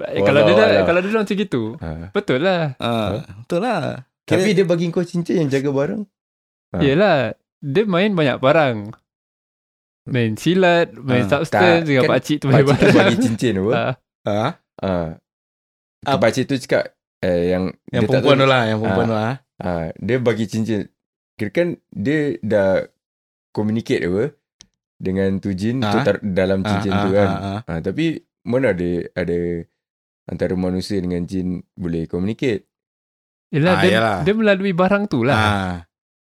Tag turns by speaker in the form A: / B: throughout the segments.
A: Walau, Eh, kalau dia
B: lah.
A: dah, kalau dia dah macam gitu.
B: Ha.
A: Betul lah.
B: Huh?
C: Ha, betul lah.
B: Tapi dia bagi kau cincin yang jaga barang. Ha.
A: Yelah, dia main banyak barang. Main silat, main
C: Ha,
A: substance
B: tak,
A: dengan
B: kan
A: pakcik tu
B: Pakcik
A: banyak
B: tu bagi
A: barang.
B: cincin apa?
A: Ha.
C: Ha?
B: Ha. Ah, pakcik tu cakap eh, yang dia tak
C: Yang perempuan
B: tahu-
C: tu lah, yang perempuan
B: Ha.
C: tu lah.
B: Ha, dia bagi cincin. Kira kan dia dah communicate apa dengan tu jin ha? tu
C: Ah.
B: tar- dalam
C: Ha,
B: cincin
C: ha,
B: ha, tu kan.
C: ha, ha.
B: Ha, tapi mana ada ada antara manusia dengan jin boleh communicate.
A: Yelah,
B: Ha,
C: Ah,
A: dia,
C: yelah.
A: dia melalui barang tu lah.
C: Ha.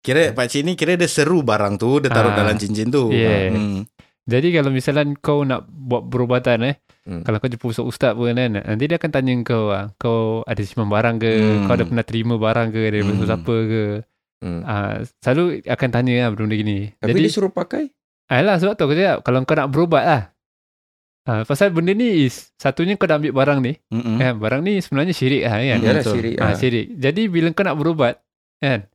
C: Kira pakcik ni kira dia seru barang tu, dia taruh
A: Ah.
C: dalam cincin tu.
A: Yes.
C: Hmm.
A: Jadi kalau misalnya kau nak buat perubatan eh,
B: Hmm.
A: kalau kau jumpa ustaz ustaz pun kan, nanti dia akan tanya kau ah, kau ada simpan barang ke,
C: Hmm.
A: kau ada pernah terima barang ke dari
C: Hmm.
A: hmm. siapa ke.
B: Hmm.
A: Ah, selalu akan tanya lah benda gini.
B: Tapi
A: Jadi
B: dia suruh pakai.
A: Alah sebab tu aku cakap Kalau kau nak berubat lah ha, Pasal benda ni is Satunya kau dah ambil barang ni hmm.
C: Mm-mm.
A: kan? Barang ni sebenarnya syirik lah kan
C: Hmm,
B: Yalah
C: betul.
B: syirik.
A: ha,
B: Ha,
A: Syirik Jadi bila kau nak berubat kan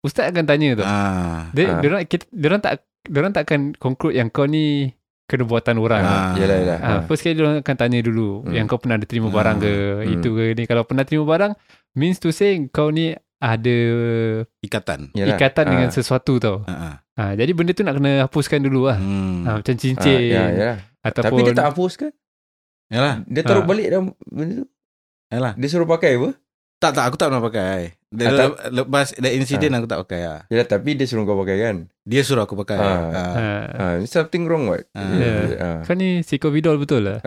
A: Ustaz akan tanya tu
C: Ah.
A: Dia
B: Ah.
A: diorang, kita, diorang tak Diorang tak akan conclude yang kau ni Kena buatan orang ha.
C: Ah.
B: Yalah yalah. Ha.
A: Ha, first kali diorang akan tanya dulu
B: Hmm.
A: Yang kau pernah ada terima
C: Ah.
A: barang ke
B: Hmm.
A: Itu ke ni Kalau pernah terima barang Means to say kau ni ada
C: Ikatan.
B: Yalah.
A: ikatan
B: Ah,
A: dengan sesuatu tau.
C: Ah.
A: Ha, jadi benda tu nak kena hapuskan dulu lah.
C: Hmm.
A: Ha, macam
B: ah,
A: cincin.
B: ya, yalah.
A: Ataupun
B: Tapi dia tak hapus kan?
C: Yalah.
B: Dia
A: Ah.
B: taruh balik dalam benda tu.
C: Yalah.
B: Dia suruh pakai apa?
C: Tak tak aku tak pernah pakai. Dia
B: Ah, tak?
C: le- lepas dah insiden aku tak pakai ah.
B: Yalah Ya, tapi dia suruh kau pakai kan?
C: Dia suruh aku pakai.
B: Ah.
C: Ah.
A: ha,
B: Ha, there's something wrong what?
C: Ah.
B: Yeah. Ah.
A: Kau ni psikovidol betul lah.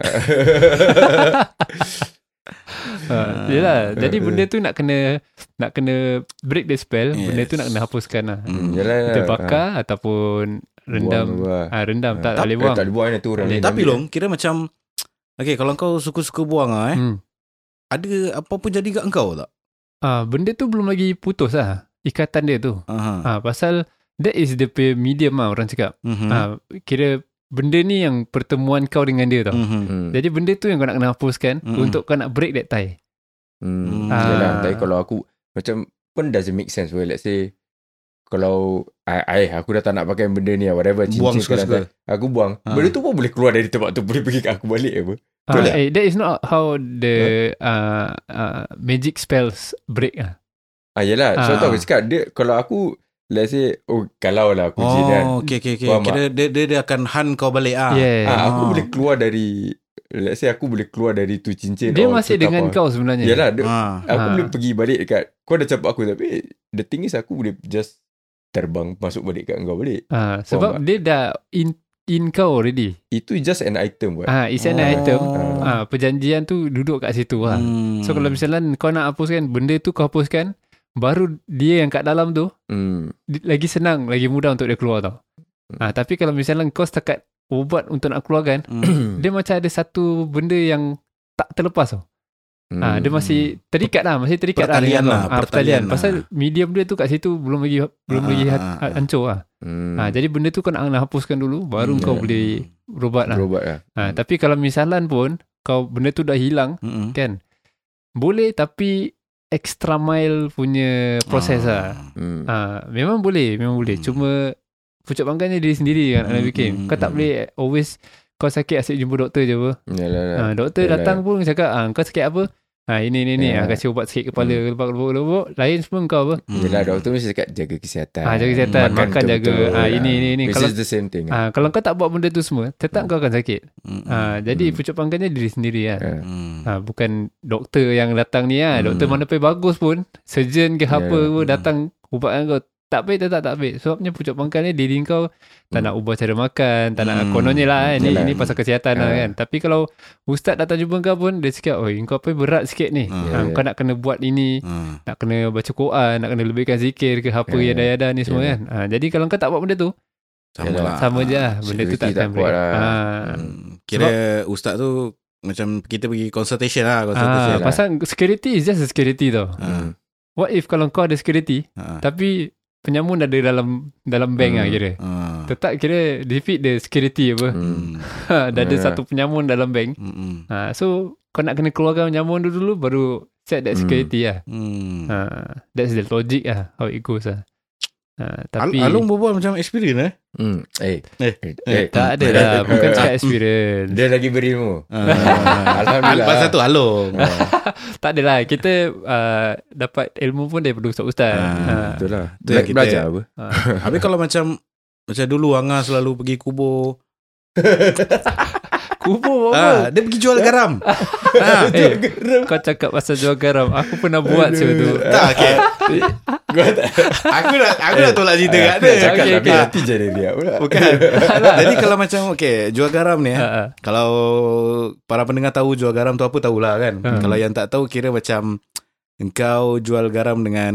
A: ha, yelah. Jadi benda tu nak kena nak kena break the spell. Yes. Benda tu nak kena hapuskan lah.
B: Hmm, yalah, yalah.
A: Kita bakar ataupun rendam.
B: Buang, buang.
A: Ah, rendam. Tak,
B: Ah,
A: tak boleh
B: eh,
A: buang.
B: Tak boleh buang tu orang.
A: Boleh.
B: lain
C: Tapi
B: ambil.
C: long kira macam Okay kalau kau suka-suka buang ah eh.
A: Hmm.
C: Ada apa pun jadi kat engkau tak?
A: Ah, benda tu belum lagi putus lah. Ikatan dia tu.
C: Aha.
A: Ah, pasal that is the punya medium lah orang cakap.
C: Mhm.
A: Ah, kira benda ni yang pertemuan kau dengan dia tau.
C: Mhm.
B: Hmm.
A: Jadi benda tu yang kau nak kena hapuskan
C: Mm-mm.
A: untuk kau nak break that tie.
B: Hmm.
C: Ah.
B: Yalah, tapi kalau aku macam pun doesn't make sense. Well, let's say kalau I, I aku dah tak nak pakai benda ni lah, whatever cincin
C: Buang
B: ke lantai,
C: suka-suka.
B: aku buang
C: Ah.
B: benda tu pun boleh keluar dari tempat tu boleh pergi kat aku balik apa
A: Ah,
C: Betul tak?
A: eh, that is not how the uh, uh, magic spells break ah.
B: ah yelah
A: Ah.
B: so tu aku cakap dia kalau aku let's say oh kalau lah aku jin kan
C: Oh, okay, okay, okay.
B: Faham
C: Kira dia, dia, dia akan hunt kau balik ah.
A: Yeah.
B: ah, aku
C: Ah.
B: boleh keluar dari let's say aku boleh keluar dari tu cincin
A: Dia
C: Oh,
B: or
A: masih
B: tu
A: dengan
B: kapal.
A: kau sebenarnya.
B: yelah dia,
C: Ah.
B: aku
A: Ah.
B: boleh pergi balik kat kau dah campur aku tapi the thing is aku boleh just terbang masuk balik kat kau balik
A: Ah, sebab
B: Faham
A: dia dah in in kau already.
B: itu just an item buat
A: Ah, it's an
C: Oh.
A: item. Ah, perjanjian tu duduk kat situ lah.
C: Hmm.
A: So kalau misalnya kau nak hapuskan benda tu kau hapuskan, baru dia yang kat dalam tu
B: Hmm.
A: di- lagi senang, lagi mudah untuk dia keluar tau. Ah, tapi kalau misalnya kau setakat ubat untuk nak keluarkan,
C: Hmm.
A: dia macam ada satu benda yang tak terlepas tau.
B: Hmm.
A: Ha, dia masih terikat lah, masih terikat
C: Hmm. Pertalian
A: dengan-
C: lah,
A: ah, pertalian.
C: pertalian lah.
A: Pasal medium dia tu kat situ belum lagi belum
C: Ah,
A: lagi
C: ah,
A: ha,
C: ah.
A: hancur lah.
B: Hmm.
A: Ha, jadi benda tu kau nak, nak hapuskan dulu, baru
C: Hmm.
A: kau boleh berubat lah.
B: Berubat lah.
A: Ha, tapi kalau misalan pun, kau benda tu dah hilang,
C: Mm-mm.
A: kan? Boleh tapi extra mile punya proses lah.
B: Hmm.
A: Ha, memang boleh, memang boleh.
C: Ah. Hmm.
A: Cuma pucuk pangkalnya diri sendiri kan nak
C: Hmm,
A: bikin.
C: hmm,
A: Kau tak
C: hmm.
A: boleh always kau sakit asyik jumpa doktor je apa.
B: Yalah lah.
A: Ha, doktor
B: Yalah.
A: datang pun cakap, ah, kau sakit apa? Ha, ini, ni, ni.
B: Ya.
A: Ha, kasih ubat sikit kepala, hmm. lebak, lebak, lebak. Lain semua kau apa?
C: Mm.
B: Hmm. Yalah doktor mesti cakap jaga kesihatan.
A: Ha, jaga kesihatan,
C: makan
A: makan, jaga.
B: betul-betul.
A: Ha, ini, ni, ni.
B: Which
A: Kalau,
B: is the same thing.
A: ha, kalau kau tak buat benda tu semua, tetap
B: Ya. Hmm.
A: kau akan sakit.
C: Mm-mm.
A: Ha, jadi
B: Hmm.
A: pucuk pangkalnya diri sendiri kan.
B: Ha.
C: Mm.
A: Ha, bukan doktor yang datang ni lah. Doktor
C: Hmm.
A: mana pun bagus pun. Surgeon ke
B: Ya.
A: apa pun
C: Hmm.
A: datang ubatkan kau. Tak baik tetap tak baik. Sebabnya pucuk pangkalnya diri kau tak
B: Hmm.
A: nak ubah cara makan. Tak nak
C: Hmm.
A: kononnya lah kan. Ini,
B: Yalah.
A: ini pasal kesihatan lah
B: Ha.
A: kan. Tapi kalau ustaz datang jumpa kau pun dia cakap oi kau apa berat sikit ni.
C: Hmm.
A: Ha,
B: Ya.
A: kau nak kena buat ini.
C: Mm.
A: Nak kena baca Quran. Nak kena lebihkan zikir ke apa
B: Ya.
A: yang yada ni semua
B: Ya.
A: kan. Ha, jadi kalau kau tak buat benda tu.
C: Sama
B: Yalah.
C: lah.
A: sama je lah. Benda tu
B: security
A: tak akan
B: tak
A: break.
B: kuat lah.
A: Ha.
C: Mm. Kira ustaz tu macam kita pergi consultation lah. Consultation.
A: Ah,
B: lah.
A: pasal security is just a security tau.
B: Hmm.
C: Ah.
A: What if kalau kau ada security,
C: Ah.
A: Tapi penyamun ada dalam dalam bank
B: Hmm.
A: lah kira.
C: Ah.
A: Tetap kira defeat the security apa.
B: Hmm.
C: Mm.
A: Ha, dah ada
B: Ya.
A: satu penyamun dalam bank.
C: Mm-mm.
A: Ha, so kau nak kena keluarkan penyamun tu dulu baru set that
B: Hmm.
A: security lah.
C: Mm.
A: Ha, that's the logic lah how it goes lah. Ha,
C: Tapi,
A: tapi
C: Al- Along berbual macam experience eh.
B: Hmm. Eh.
C: Eh,
B: eh.
A: tak ada lah. Bukan cakap experience.
B: Dia lagi berilmu.
C: Uh,
B: Alhamdulillah. Ah.
C: Pasal tu Along.
A: tak adalah. Kita uh, dapat ilmu pun daripada ustaz-ustaz. Ha,
C: Ah,
B: Betul lah.
C: Tu yang
B: Bela-
C: kita-
B: Belajar apa? Ya.
C: Habis kalau macam macam dulu Anga selalu pergi kubur.
B: Oh,
A: Kubur
C: Ah,
A: apa?
C: dia pergi
B: Ya.
C: jual garam. ah,
A: eh, kau cakap pasal jual garam. Aku pernah buat sebab tu.
C: tak okay.
B: Ah, Gua tak
C: Aku nak aku nak tolak cerita kat dia.
B: nak Ah, cakap lah.
A: Okey,
B: tapi
A: okey.
B: hati je dia riak pula.
C: Bukan. Jadi kalau macam okay, jual garam ni eh.
A: Ha,
B: Ya.
A: ha.
C: Kalau para pendengar tahu jual garam tu apa tahulah kan.
B: Ya.
A: Ha.
C: Kalau yang tak tahu kira macam engkau jual garam dengan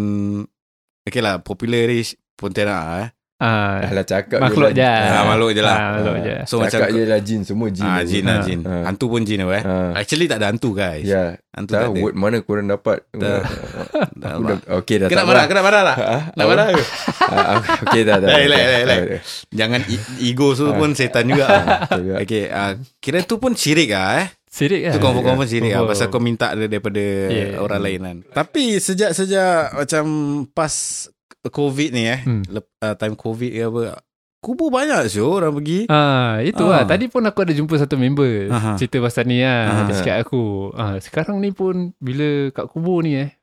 C: okay lah popular rich Pontianak lah, eh.
A: Ah,
B: Alah cakap
A: Makhluk je.
C: Ah,
B: Ah,
C: makhluk je lah.
A: Ah, makhluk je.
B: So
C: So
B: cakap
C: macam
B: je lah jin semua jin.
C: Ah, jin lah
A: Ha.
C: jin.
B: Ha.
C: Hantu pun jin apa eh.
B: Ha.
C: Actually tak ada hantu guys.
B: Ya,
C: Hantu tak
B: dah
C: ada.
B: word mana korang dapat?
C: Tak.
B: Aku
C: Dah-
B: dah, okay dah
C: Kena
B: tak
C: marah, kena marah lah.
B: Ah,
C: Nak marah ke?
B: Okay dah Ah, dah.
C: Lain, lain, lain, lain. Jangan e- ego tu
B: Ah.
C: pun setan juga.
B: Juga.
C: Okay, uh, kira tu pun syirik lah eh.
A: Sirik
C: Tu
A: kan?
C: confirm-confirm syirik lah.
A: Confirm.
C: Pasal kau minta dia daripada
A: Yeah.
C: orang lain kan. Tapi sejak-sejak macam pas COVID ni eh.
A: Hmm.
C: Lep, uh, time COVID ke apa. Kubur banyak sih orang pergi.
A: Ah, itu lah.
C: Ah.
A: Tadi pun aku ada jumpa satu member
C: Aha.
A: cerita pasal ni lah.
C: Aha.
A: Dia cakap aku, ah, sekarang ni pun bila kat kubur ni eh,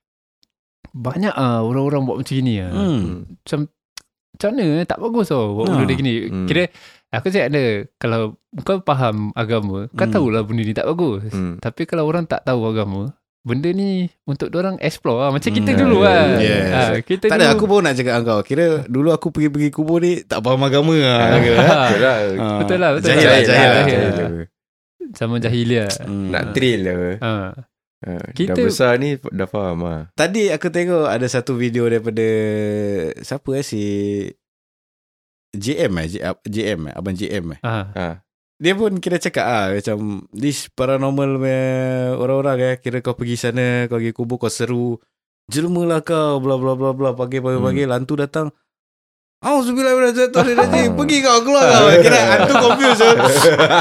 A: banyak ah orang-orang buat macam ni lah.
C: Hmm.
A: Macam mana eh, tak bagus tau buat benda
C: Ah.
A: dia gini.
B: Hmm.
A: Kira, aku cakap dia, kalau kau faham agama, kau
C: Hmm.
A: tahulah benda ni tak bagus.
B: Hmm.
A: Tapi kalau orang tak tahu agama, benda ni untuk orang explore lah. Macam kita
C: Hmm.
A: dulu lah.
C: Yes.
A: Ah, kita
C: Tak
A: dulu.
C: ada, aku pun nak cakap dengan kau. Kira dulu aku pergi-pergi kubur ni tak faham agama lah.
A: Ah,
C: kira, eh.
B: Betul lah.
C: Ah.
A: Betul lah, betul
C: Jahil
A: lah.
C: lah, jahil lah.
A: Jahil.
C: Jahil.
A: Sama jahiliah.
C: Hmm.
B: Nak thrill lah.
A: Ah.
B: Ah, Dah
A: Kita-
B: besar ni dah faham lah.
C: Tadi aku tengok ada satu video daripada siapa eh si JM eh J- JM eh abang JM eh.
A: Ah.
B: Ah,
C: Dia pun kira cakap ah macam this paranormal punya orang-orang eh kira kau pergi sana kau pergi kubur kau seru jelmalah kau bla bla bla bla pagi pagi pagi hantu datang Auzubillahiminasyaitonirrajim Pergi kau keluar kau Kira hantu confused eh.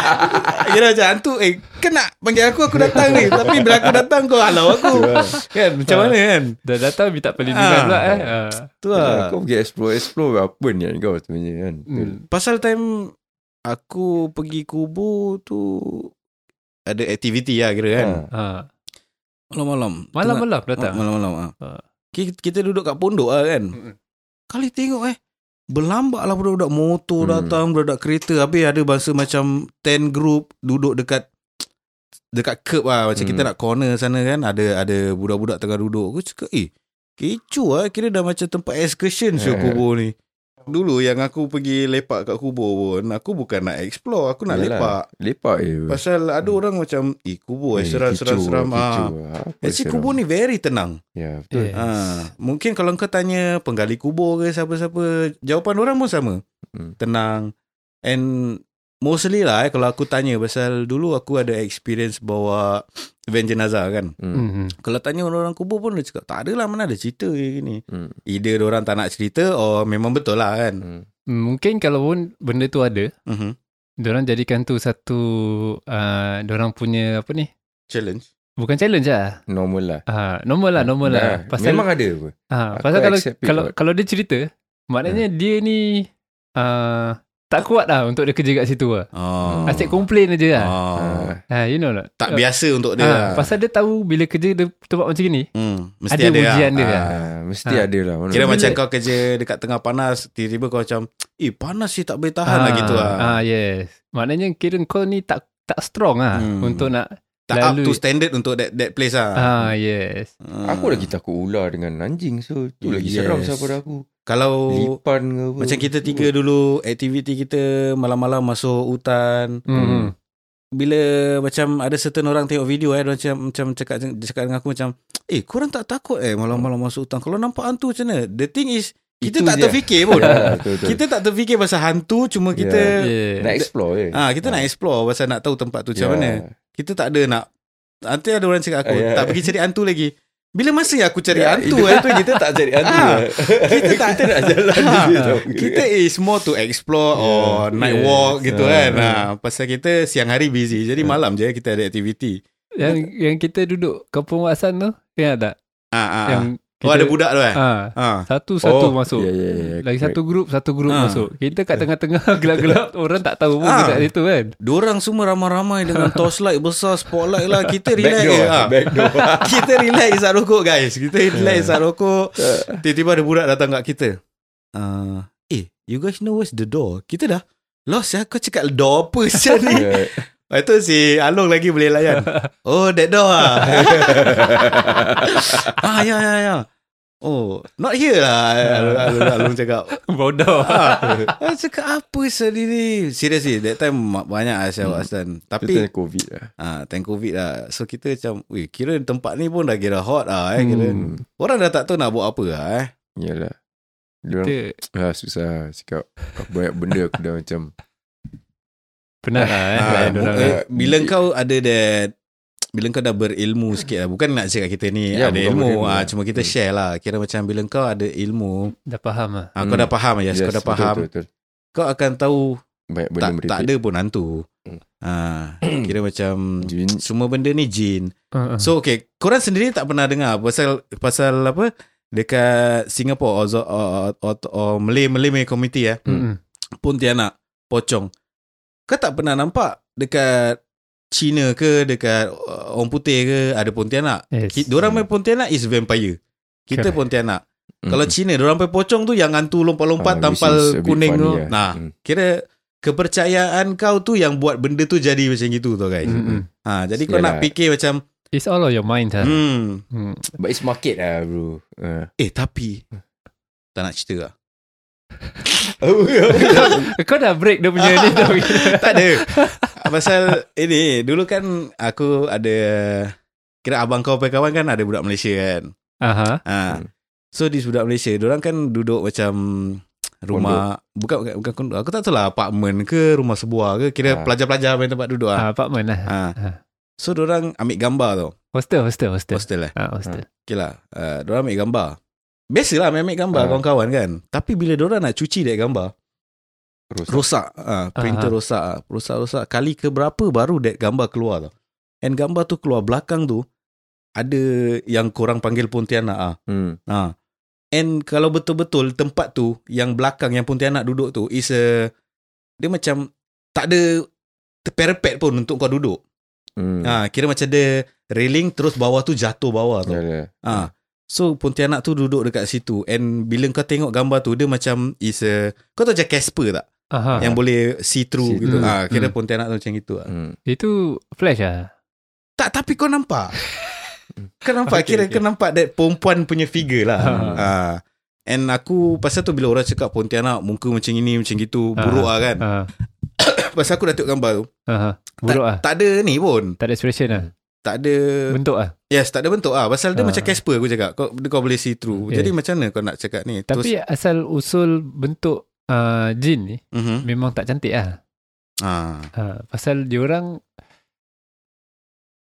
C: Kira macam hantu Eh kena panggil aku Aku datang ni Tapi bila aku datang Kau halau
B: Oh.
C: aku
B: lah.
C: Kan macam mana kan
A: Ah, Dah datang minta perlindungan
C: Ah.
A: pula eh. Ah.
C: Tu
B: Yelah,
C: lah
B: Kau pergi explore-explore apa niat kau sebenarnya kan? Betul.
A: Hmm.
C: Pasal time aku pergi kubur tu ada aktiviti lah kira kan.
B: Ah.
A: Ah.
C: Malam-malam.
A: Malam-malam
C: Tengah-
A: datang.
C: Malam-malam. Ha.
A: Ah.
C: Kita, kita duduk kat pondok lah kan.
A: Mm-mm.
C: Kali tengok eh. Berlambak lah budak-budak motor
B: Hmm.
C: datang, budak-budak kereta. Habis ada bangsa macam 10 group duduk dekat dekat curb lah. Macam
B: Hmm.
C: kita nak corner sana kan. Ada ada budak-budak tengah duduk. Aku cakap eh kecoh lah. Kira dah macam tempat excursion
B: Eh.
C: yeah. kubur ni. Dulu yang aku pergi lepak kat kubur pun Aku bukan nak explore Aku
B: Yelah.
C: nak
B: Hmm.
C: lepak
B: Lepak je.
C: Pasal ada orang macam Eh kubur eh, seram-seram-seram ah. Actually kubur ni very tenang
B: Ya,
A: Eh.
B: betul.
C: Ha, mungkin kalau kau tanya penggali kubur ke siapa-siapa, jawapan orang pun sama.
B: Hmm.
C: Tenang. And mostly lah eh, kalau aku tanya pasal dulu aku ada experience bawa van jenazah kan.
A: Hmm.
B: Hmm.
C: Kalau tanya orang-orang kubur pun dia cakap tak adalah mana ada cerita je gini.
B: Hmm.
C: Either orang tak nak cerita or memang betul lah kan.
B: Hmm.
A: Hmm, Mungkin kalau pun benda tu ada,
C: Mhm.
A: diorang jadikan tu satu uh, diorang punya apa ni?
C: Challenge.
A: Bukan challenge lah.
B: Normal lah.
A: Ah, normal lah, normal lah.
B: Dah.
A: Pasal
B: Memang ada apa?
A: ah,
B: aku
A: pasal kalau
B: accept it
A: kalau
B: kot.
A: kalau dia cerita, maknanya dia ni ah, tak kuat lah untuk dia kerja kat situ lah.
C: Oh.
A: Asyik komplain aja lah.
C: Oh.
B: Ah,
A: Ha, you know lah.
C: Tak biasa untuk dia.
A: Ah,
C: lah.
A: pasal dia tahu bila kerja dia tempat macam ni,
C: Hmm, mesti
A: ada
C: ada, lah.
A: ujian dia
C: Ah.
A: lah.
B: ah, Mesti
A: Ah.
B: ada lah. Mana-
C: Kira
A: Bila-
C: macam kau kerja dekat tengah panas Tiba-tiba kau macam Eh panas sih tak boleh tahan lah gitu lah
A: Ah yes. Maknanya kira kau ni tak tak strong ah
C: Hmm.
A: hmm. untuk nak
C: Tak up
A: lalu-
C: to standard untuk that, that place lah
A: ah yes.
C: Hmm.
B: Aku lagi takut ular dengan anjing So tu lagi
C: Yes.
B: seram siapa pada aku
C: Kalau
B: Lipan ke apa
C: Macam kita tiga dulu Aktiviti kita Malam-malam masuk hutan
A: Hmm.
C: Bila macam Ada certain orang tengok video eh dia Macam macam cakap, dia cakap dengan aku macam Eh korang tak takut eh Malam-malam masuk hutan Kalau nampak hantu macam mana The thing is Kita
B: Itu
C: tak
B: je.
C: terfikir pun
B: Ya, betul, betul.
C: Kita tak terfikir pasal hantu Cuma
A: Yeah.
C: kita
B: Nak explore eh? Ya. je
C: ah kita
A: Ya.
C: nak explore Pasal nak tahu tempat tu macam mana Kita tak ada nak Nanti ada orang cakap aku
B: Ah, ya.
C: Tak pergi cari hantu lagi Bila masa yang aku cari hantu
B: itu,
C: eh
B: itu kita tak cari hantu
C: Ah,
B: Kita tak Ah. Kita nak jalan je tau.
C: Kita is more to explore Or night
A: Yes.
C: walk gitu
B: Ya, Ah,
C: kan ha, Pasal kita siang hari busy Jadi malam je kita ada aktiviti
A: Yang yang kita duduk kampung Wasan tu, ingat tak?
C: ah, ah,
A: Yang
C: ah. Oh ada budak tu eh
A: ha,
C: ha.
A: Satu-satu oh,
B: Oh,
A: masuk
B: ya, ya, ya,
A: Lagi
B: correct.
A: satu grup Satu grup
C: Eh, Ah.
A: masuk Kita kat tengah-tengah Gelap-gelap Orang tak tahu pun
C: Ah.
A: Kita kat situ kan
C: Diorang semua ramai-ramai Dengan torchlight besar Spotlight lah Kita relax
B: Backdoor
C: je
B: ha.
C: ha.
B: Backdoor
C: Kita relax isap rokok guys Kita
B: Ah.
C: relax isap rokok Tiba-tiba ada budak datang kat kita uh, Eh you guys know where's the door Kita dah Lost ya Kau cakap door apa sial ni
B: Yeah.
C: Lepas tu Ah, si Along lagi boleh layan Oh that door ah Ah ya ya ya Oh not here lah Along, Along, Along cakap
A: Bodoh
C: ah, Aku cakap apa sendiri Seriously That time ma- banyak lah Saya buat stand
B: Kita
C: Tapi
B: COVID lah
C: ah, Time covid lah So kita macam Weh kira tempat ni pun Dah kira hot lah eh. kira,
A: Hmm.
C: Orang dah tak tahu nak buat apa lah eh.
B: Yalah Diorang
A: Kita
B: ha, Susah Sikap Banyak benda aku dah macam
A: Penat lah eh
C: Ah,
A: layan
B: bu-
A: dorang,
B: eh,
A: eh.
C: Bila kau ada that bila kau dah berilmu sikit lah Bukan nak cakap kita ni
B: Ya,
C: Ada
B: bukan
C: ilmu
B: berilmu.
C: ah, Cuma kita share lah Kira macam bila kau ada ilmu
A: Dah faham lah
C: ah, Kau
B: Hmm.
C: dah faham yes, Kau dah
B: betul,
C: faham
B: betul, betul.
C: Kau akan tahu
B: Banyak benda
C: tak,
B: merepek
C: tak ada pun hantu
B: Hmm.
C: ah, Kira macam
B: Jin
C: Semua benda ni jin
A: Ah, ah.
C: So okay, korang sendiri tak pernah dengar pasal pasal apa dekat Singapore or or, or, or Malay Malay punya community eh,
A: Mm-mm.
C: Pontianak, Pocong. Kau tak pernah nampak dekat Cina ke dekat uh, orang putih ke ada Pontianak.
A: Yes.
C: Yes. Diorang main Pontianak is vampire. Kita
A: Correct.
C: Pontianak.
B: Mm.
C: Mm-hmm. Kalau Cina diorang main pocong tu yang hantu lompat-lompat
B: Ah,
C: tampal
B: which is a bit
C: kuning
B: funny
C: tu.
B: lah.
C: Nah,
B: Mm.
C: kira kepercayaan kau tu yang buat benda tu jadi macam gitu tu guys.
A: Mm-mm.
C: Ha, jadi
B: Mm-hmm.
C: kau
B: Yalah. Ah.
C: nak fikir macam
A: It's all on your mind lah
C: hmm
A: Hmm.
B: But it's market lah bro uh.
C: Eh tapi Tak nak cerita lah
B: Oh, ya.
A: Mm. Eh, Kau dah break dia punya ni tau
C: Tak ada Pasal ini Dulu kan Aku ada Kira abang kau punya kawan kan Ada budak Malaysia kan
A: Aha.
C: ha.
B: Hmm.
C: So this budak Malaysia Diorang kan duduk macam Rumah Bukan bukan, bukan kondo. Aku tak tahu lah Apartment ke Rumah sebuah ke Kira
B: Ah.
C: pelajar-pelajar Main tempat duduk lah
A: Ah, apartment lah
C: ha.
A: Ah.
C: So diorang ambil gambar tu
A: Hostel Hostel Hostel
C: Hostel lah
A: Ah, hostel
C: Okay lah uh, Diorang ambil gambar Biasalah main ambil gambar
B: Ah.
C: Kawan-kawan kan Tapi bila diorang nak cuci Dia gambar
B: Rosak
C: rosak ah printer
A: Aha.
C: rosak ah rosak-rosak kali ke berapa baru that gambar keluar tau and gambar tu keluar belakang tu ada yang korang panggil Pontianak ah
B: hmm.
C: ha and kalau betul-betul tempat tu yang belakang yang Pontianak duduk tu is a dia macam tak ada te- parapet pun untuk kau duduk
B: Hmm. Ya.
C: ha kira macam ada railing terus bawah tu jatuh bawah tu
B: Yalah.
C: Ah. So Pontianak tu duduk dekat situ And bila kau tengok gambar tu Dia macam is a Kau tahu macam Casper tak?
A: Aha.
C: Ah. yang boleh see through
B: See
C: gitu.
A: Ah. through.
C: Ah, kira
A: Hmm.
C: Pontianak tu macam gitu. ah.
B: Hmm.
A: Itu flash lah
C: Tak tapi kau nampak. kau nampak
A: Okay,
C: kira
A: okay.
C: kau nampak that perempuan punya figure lah.
A: Ah.
C: ah. And aku pasal tu bila orang cakap Pontianak muka macam ini macam gitu buruk ah kan.
A: Ah,
C: Pasal aku dah tengok gambar tu.
A: aha. Buruk
C: tak,
A: lah
C: tak ada ni pun.
A: Tak ada expression lah
C: Tak ada
A: Bentuk lah
C: yes, tak ada bentuk ah. Pasal
A: Ah.
C: dia macam Casper aku cakap. Kau kau boleh see through.
A: Yes.
C: Jadi macam mana kau nak cakap ni?
A: Tapi asal usul bentuk uh, jin ni
C: Mhm.
A: memang tak cantik lah.
C: ah.
A: Ha, pasal diorang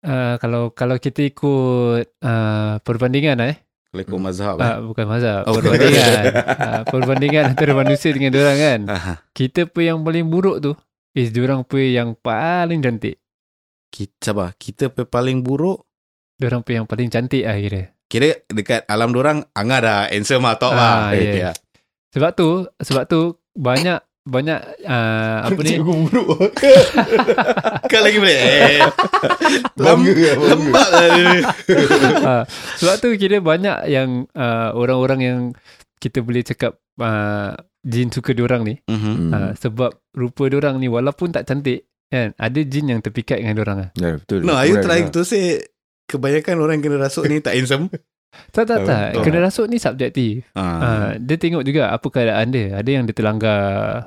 A: uh, kalau kalau kita ikut uh, perbandingan lah eh.
C: Kalau kau mazhab eh.
A: Uh, bukan mazhab.
C: Oh, bukan.
A: perbandingan. uh, perbandingan antara manusia dengan diorang kan.
C: Aha.
A: Kita pun yang paling buruk tu is diorang pun yang paling cantik.
C: Kita sabar. Kita pe- paling buruk
A: Diorang pun yang paling cantik lah kira.
C: Kira dekat alam dorang Angah dah handsome lah Top
A: Ah,
C: lah Eh,
A: yeah. Sebab tu sebab tu banyak banyak uh, apa ni
B: Cikgu buruk
C: Kau lagi boleh eh,
B: Bangga lah, bangga.
C: Lembab lah dia.
A: ha, sebab tu kira banyak yang uh, orang-orang yang kita boleh cakap uh, jin suka diorang ni
C: Mhm.
B: Hmm.
A: ha, sebab rupa diorang ni walaupun tak cantik kan ada jin yang terpikat dengan diorang lah.
B: Ya, betul
C: No are you
B: Kurang
C: trying
B: lah.
C: to say Kebanyakan orang kena rasuk ni Tak handsome
A: Tak tak
B: Betul,
A: tak.
B: betul. Hmm.
A: Kena rasuk ni subjektif.
C: ah.
A: Ha, dia tengok juga apa keadaan dia. Ada yang dia terlanggar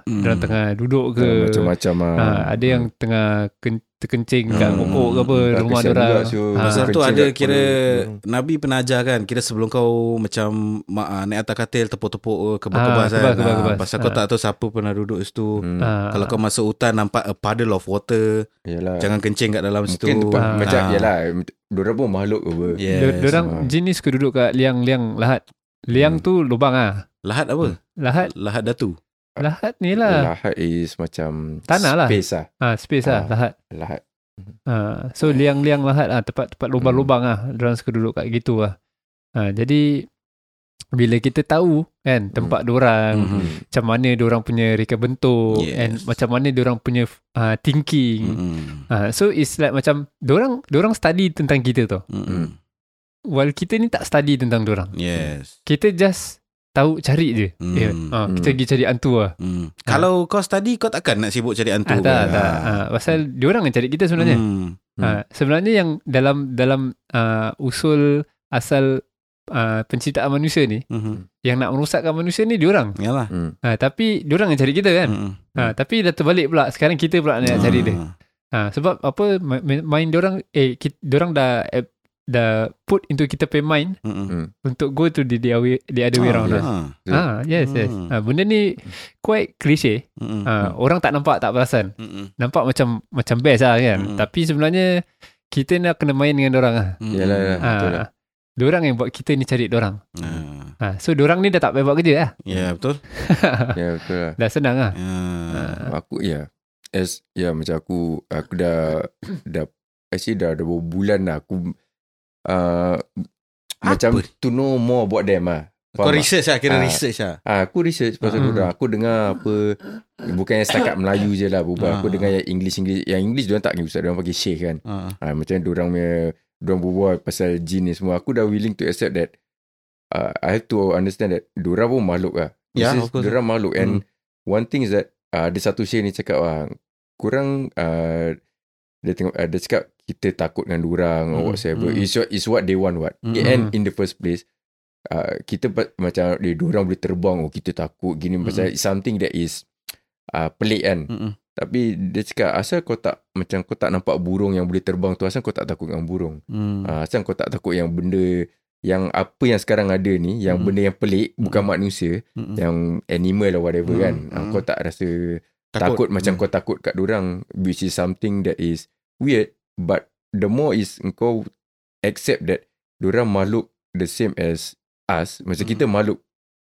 C: Hmm.
A: dalam tengah duduk ke.
B: Ah, Macam-macam lah
A: Ha, ada yang tengah ken- terkencing kat
B: Hmm.
A: pokok ke apa
B: Tak
A: rumah
B: kesian
A: diorang.
B: juga, Syul.
A: Ha.
C: Pasal tu
B: Kencing
C: ada
B: kat
C: kira
B: kepala.
C: Nabi pernah ajar kan Kira sebelum kau Macam ma, ah, Naik atas katil Tepuk-tepuk Kebas-kebas
A: Ah,
C: kan
A: kebas, kebas,
C: Ah,
A: kebas.
C: Pasal kau
A: Ah.
C: tak tahu Siapa pernah duduk situ
B: Hmm.
A: Ha,
C: Kalau kau masuk hutan Nampak a puddle of water
B: Yalah
C: Jangan kencing kat dalam situ
B: Mungkin tempat
A: Ah.
B: Macam
C: Ah.
B: Yalah Diorang pun makhluk apa
A: Dia-
C: Yes.
A: diorang
B: ha.
A: jin ni suka duduk kat liang-liang lahat. Liang
B: Hmm.
A: tu lubang ah.
C: Lahat apa?
A: Lahat
C: Lahat datu
B: Ah.
A: Lahat ni lah.
B: Lahat is macam
A: Tanah lah.
B: Space lah
A: Ha, space lah
B: Ah.
A: lahat.
B: Lahat
A: Ha,
C: Hmm.
A: so liang-liang lahat lah. Tempat-tempat lubang-lubang lah. Diorang suka duduk kat gitu lah. Ha, jadi bila kita tahu kan tempat diorang
C: Mhm.
A: macam mana diorang punya reka bentuk
C: Yes.
A: and macam mana diorang punya uh, thinking
C: Mhm.
A: uh, so it's like macam diorang diorang study tentang kita tau
C: Mhm.
A: while kita ni tak study tentang diorang
C: Yes.
A: kita just tahu cari je
C: Hmm.
A: yeah. uh, kita
B: Hmm.
A: pergi cari hantu lah
C: Hmm. Kalau kau study kau takkan nak sibuk cari
A: Ah, tak,
C: hantu. pun.
A: tak.
C: Ah.
A: Ah, pasal diorang yang cari kita sebenarnya.
C: Hmm.
B: Mm.
A: Hmm. Ah, sebenarnya yang dalam dalam ah, usul asal ah, penciptaan manusia ni,
C: Mhm.
A: yang nak merosakkan manusia ni diorang.
C: Yalah.
B: Hmm.
A: Ah, tapi diorang yang cari kita kan.
C: Mhm.
A: Ah, tapi dah terbalik pula. Sekarang kita pula nak cari dia.
C: Ah.
A: Ah, sebab apa ma- ma- mind diorang, eh kita, diorang dah eh, dah put into kita pay mind
C: Mhm.
A: untuk go to the, the, way, the other way
C: Ah,
A: around.
C: ya.
A: lah. Ah, yes, yes.
C: Hmm.
A: Ah, benda ni quite cliche.
C: Mhm.
A: Ah, Orang tak nampak, tak perasan.
C: Mhm.
A: nampak macam macam best lah kan.
C: Mm-mm.
A: Mm-hmm. Tapi sebenarnya kita nak kena main dengan orang lah.
C: Mhm.
B: Yalah, yalah.
A: Ha,
B: Betul lah.
A: Diorang yang buat kita ni cari diorang.
C: Ah.
A: Ha, so diorang ni dah tak payah buat kerja lah.
C: Ya, betul.
B: Ya betul lah.
A: Dah senang lah.
C: Ah.
B: Aku ya. As ya macam aku aku dah dah actually dah dah berapa bulan lah aku uh, macam
C: Apa?
B: to know more about them ah.
C: Kau research lah, kira
B: Ah.
C: research lah.
B: Ah, aku research pasal
A: Ah.
B: hmm. Aku dengar apa bukan yang setakat Melayu je lah berubah. Aku
C: Ah.
B: dengar yang English English yang English dia tak kisah dia pakai sheikh kan.
C: Ah.
B: Ah, macam dia orang punya dia berbual pasal jin ni semua. Aku dah willing to accept that uh, I have to understand that dia pun makhluk lah.
C: Yeah,
B: This is
C: of course.
B: Diorang makhluk and one thing is that uh, ada satu sheikh ni cakap ah kurang uh, dia tengok uh, dia cakap kita takut dengan diorang
C: Mm,
B: or whatsoever.
C: mm.
B: It's what is what they want what. Eh,
C: Mm.
B: And in the first place uh, kita pa- macam dia orang boleh terbang oh kita takut gini
C: Mm.
B: pasal it's something that is uh, pelik kan.
A: Hmm.
C: Mhm.
B: Tapi dia cakap asal kau tak macam kau tak nampak burung yang boleh terbang tu asal kau tak takut dengan burung.
A: Hmm.
C: Mhm.
B: Ah, asal kau tak takut yang benda yang apa yang sekarang ada ni yang
C: Mm.
B: benda yang pelik bukan manusia
A: Hmm.
C: Mhm.
B: yang animal or whatever
C: Mm,
B: kan. Ah,
C: mm.
B: kau tak rasa takut, takut macam
A: Hmm.
C: Hmm.
B: kau takut kat orang which is something that is weird but the more is kau accept that orang makhluk the same as us macam
C: Mm.
B: kita
A: Hmm.
B: makhluk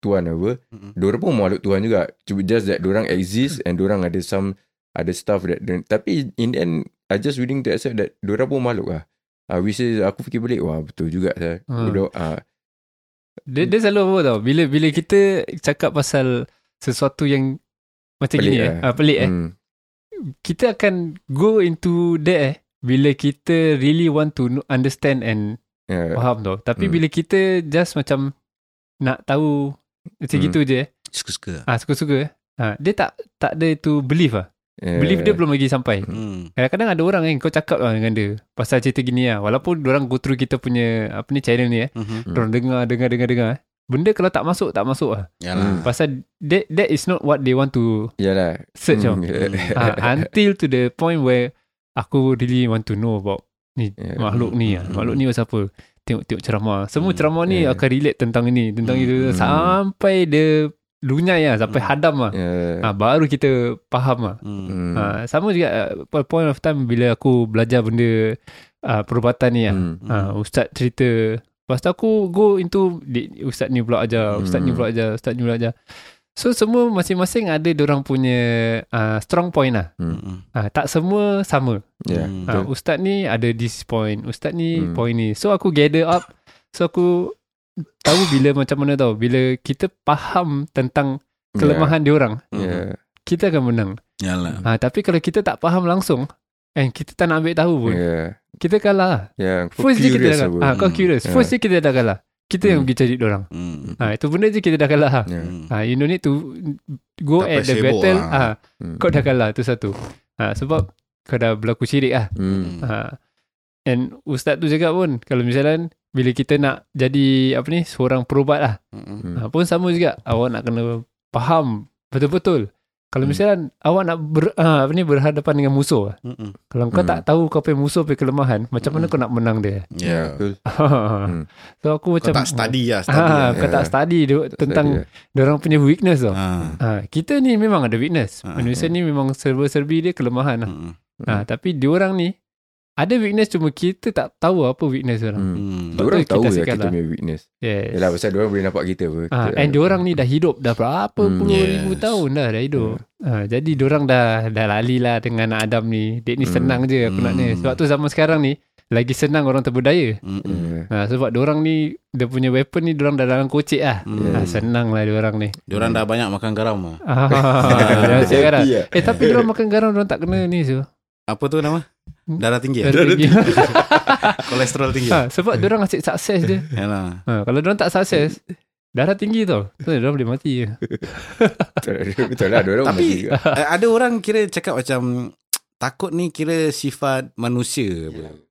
B: Tuhan apa
C: Mm.
B: Diorang pun makhluk Tuhan juga. Cuma just that diorang exist and diorang ada some ada stuff that tapi in the end I just willing to accept that diorang pun makhluk lah. Uh, which is aku fikir balik wah betul juga saya.
A: Hmm.
B: Hmm. Uh,
A: Dia, dia selalu apa tau. Bila bila kita cakap pasal sesuatu yang macam
B: Pelik
A: gini eh.
B: lah.
A: Ah, pelik eh.
B: hmm.
A: Kita akan go into that eh. Bila kita really want to know- understand and
B: Yeah.
A: faham tau. Tapi
B: Mm.
A: bila kita just macam nak tahu macam
B: Mm.
A: gitu je eh.
C: Suka-suka.
A: Ah suka-suka eh. Ha, dia tak tak ada tu belief ah.
B: Yeah.
A: Belief dia belum lagi sampai.
C: Hmm.
A: Kadang-kadang ada orang kan kau cakap lah dengan dia pasal cerita gini lah. Walaupun orang go through kita punya apa ni channel ni eh.
C: Mhm.
B: Hmm.
A: Hmm. Orang dengar dengar dengar dengar. eh. Benda kalau tak masuk tak masuk lah.
C: Yalah.
A: Pasal that that is not what they want to
B: Yalah.
A: search
B: Hmm.
A: hmm. uh, until to the point where aku really want to know about ni
B: Yeah.
A: yeah. makhluk ni lah.
C: Hmm.
A: Makhluk ni pasal apa? Tengok-tengok ceramah. Semua
C: Hmm.
A: ceramah ni
B: Yeah.
A: akan relate tentang ini, tentang
C: Hmm.
A: itu
B: Hmm.
A: sampai dia lunyai lah, sampai
C: Hmm.
A: hadam lah.
B: Yeah.
A: Ah, baru kita faham lah.
C: Hmm.
B: Hmm.
A: Ah, sama juga uh, point of time bila aku belajar benda uh, perubatan ni lah.
B: Hmm.
A: Ah, ustaz cerita. Lepas tu aku go into di- ustaz ni pula aja, ustaz ni
B: Hmm.
A: pula aja, ustaz ni pula aja. So semua masing-masing ada orang punya uh, strong point lah.
C: Mhm.
A: Ah, tak semua sama.
B: Yeah.
C: Hmm.
A: Ah,
B: Betul.
A: ustaz ni ada this point, ustaz ni
B: Hmm.
A: point ni. So aku gather up. So aku tahu bila macam mana tau. Bila kita faham tentang kelemahan diorang,
B: Yeah.
A: kita akan menang.
C: Yalah.
A: Ah, tapi kalau kita tak faham langsung, and kita tak nak ambil tahu
B: Yeah.
A: pun,
B: Yeah.
A: kita kalah.
B: yeah. Kau
A: First je kita
B: Hmm. Oh, curious
A: dah
B: apa.
A: kalah. Ah, kau
C: Hmm.
A: curious. First je kita dah kalah. Kita yang
B: Hmm.
A: pergi cari orang.
C: Hmm.
A: Ha, itu benda je kita dah kalah. Ha.
B: Yeah.
C: Hmm.
A: Ha, you no need to go
C: Tak
A: at the
C: payah sibuk
A: battle.
C: lah.
A: Ah,
B: Hmm.
A: kau dah kalah tu satu. Ha, sebab kau dah berlaku syirik ah.
B: Hmm.
A: Ha. And ustaz tu cakap pun kalau misalnya bila kita nak jadi apa ni seorang perubat lah.
C: Hmm.
B: Hmm.
A: Ha, pun sama juga. Awak nak kena faham betul-betul. Kalau
B: Hmm.
A: misalnya awak nak ber, ha, apa ni berhadapan dengan musuh
C: Hmm.
A: Kalau kau
B: Hmm.
A: tak tahu kau punya musuh punya kelemahan, macam mana
C: Hmm.
A: kau nak menang dia?
B: Yeah.
C: Yeah.
B: Betul.
A: Ah, so aku
C: Kau
A: macam
C: tak study lah. Study
A: Ah,
C: lah.
A: kau
B: eh.
A: tak study dia, tentang ah. dia orang punya weakness tau.
C: ya. Ah.
A: Ha, kita ni memang ada weakness.
C: Ah,
A: Manusia ni memang serba-serbi dia kelemahan lah.
C: Hmm.
A: Ha, tapi dia orang ni ada weakness cuma kita tak tahu apa weakness dia orang.
B: Hmm.
C: Hmm.
A: Betul,
B: Diorang
A: kita
B: tahu lah
A: sekat
B: kita
A: lah.
B: punya weakness.
A: Yes.
B: Yalah pasal diorang boleh nampak kita apa.
A: Ah, and diorang ni dah hidup dah berapa
B: Hmm,
A: puluh ribu
C: ya. yes. Ya.
A: tahun dah dah hidup. Ah, jadi diorang dah dah lali lah dengan anak Adam ni. Dek ni
B: Hmm,
A: senang je aku nak ni.
C: hmm.
A: Sebab tu zaman sekarang ni lagi senang orang terbudaya.
C: Mm-mm.
B: Yeah.
A: Ha, sebab orang ni dia punya weapon ni orang dah dalam kocik lah.
C: Mm.
A: Ha, senang lah orang ni.
C: Diorang dah banyak makan garam lah.
A: Ah, jangan cakap garam.
B: Happy, ah.
A: Eh tapi diorang makan garam diorang tak kena ni so.
C: Apa tu nama? Darah tinggi ya?
A: Hmm? Darah tinggi.
C: Kolesterol tinggi.
A: ha, sebab diorang asyik sukses je.
C: Yalah.
A: Ha, kalau diorang tak sukses darah tinggi tau. Tu diorang boleh mati je.
B: Betul- Betul lah Diorang
C: Tapi-
B: mati juga.
A: Ha.
C: Eh, Ada orang kira cakap macam takut ni kira sifat manusia apa.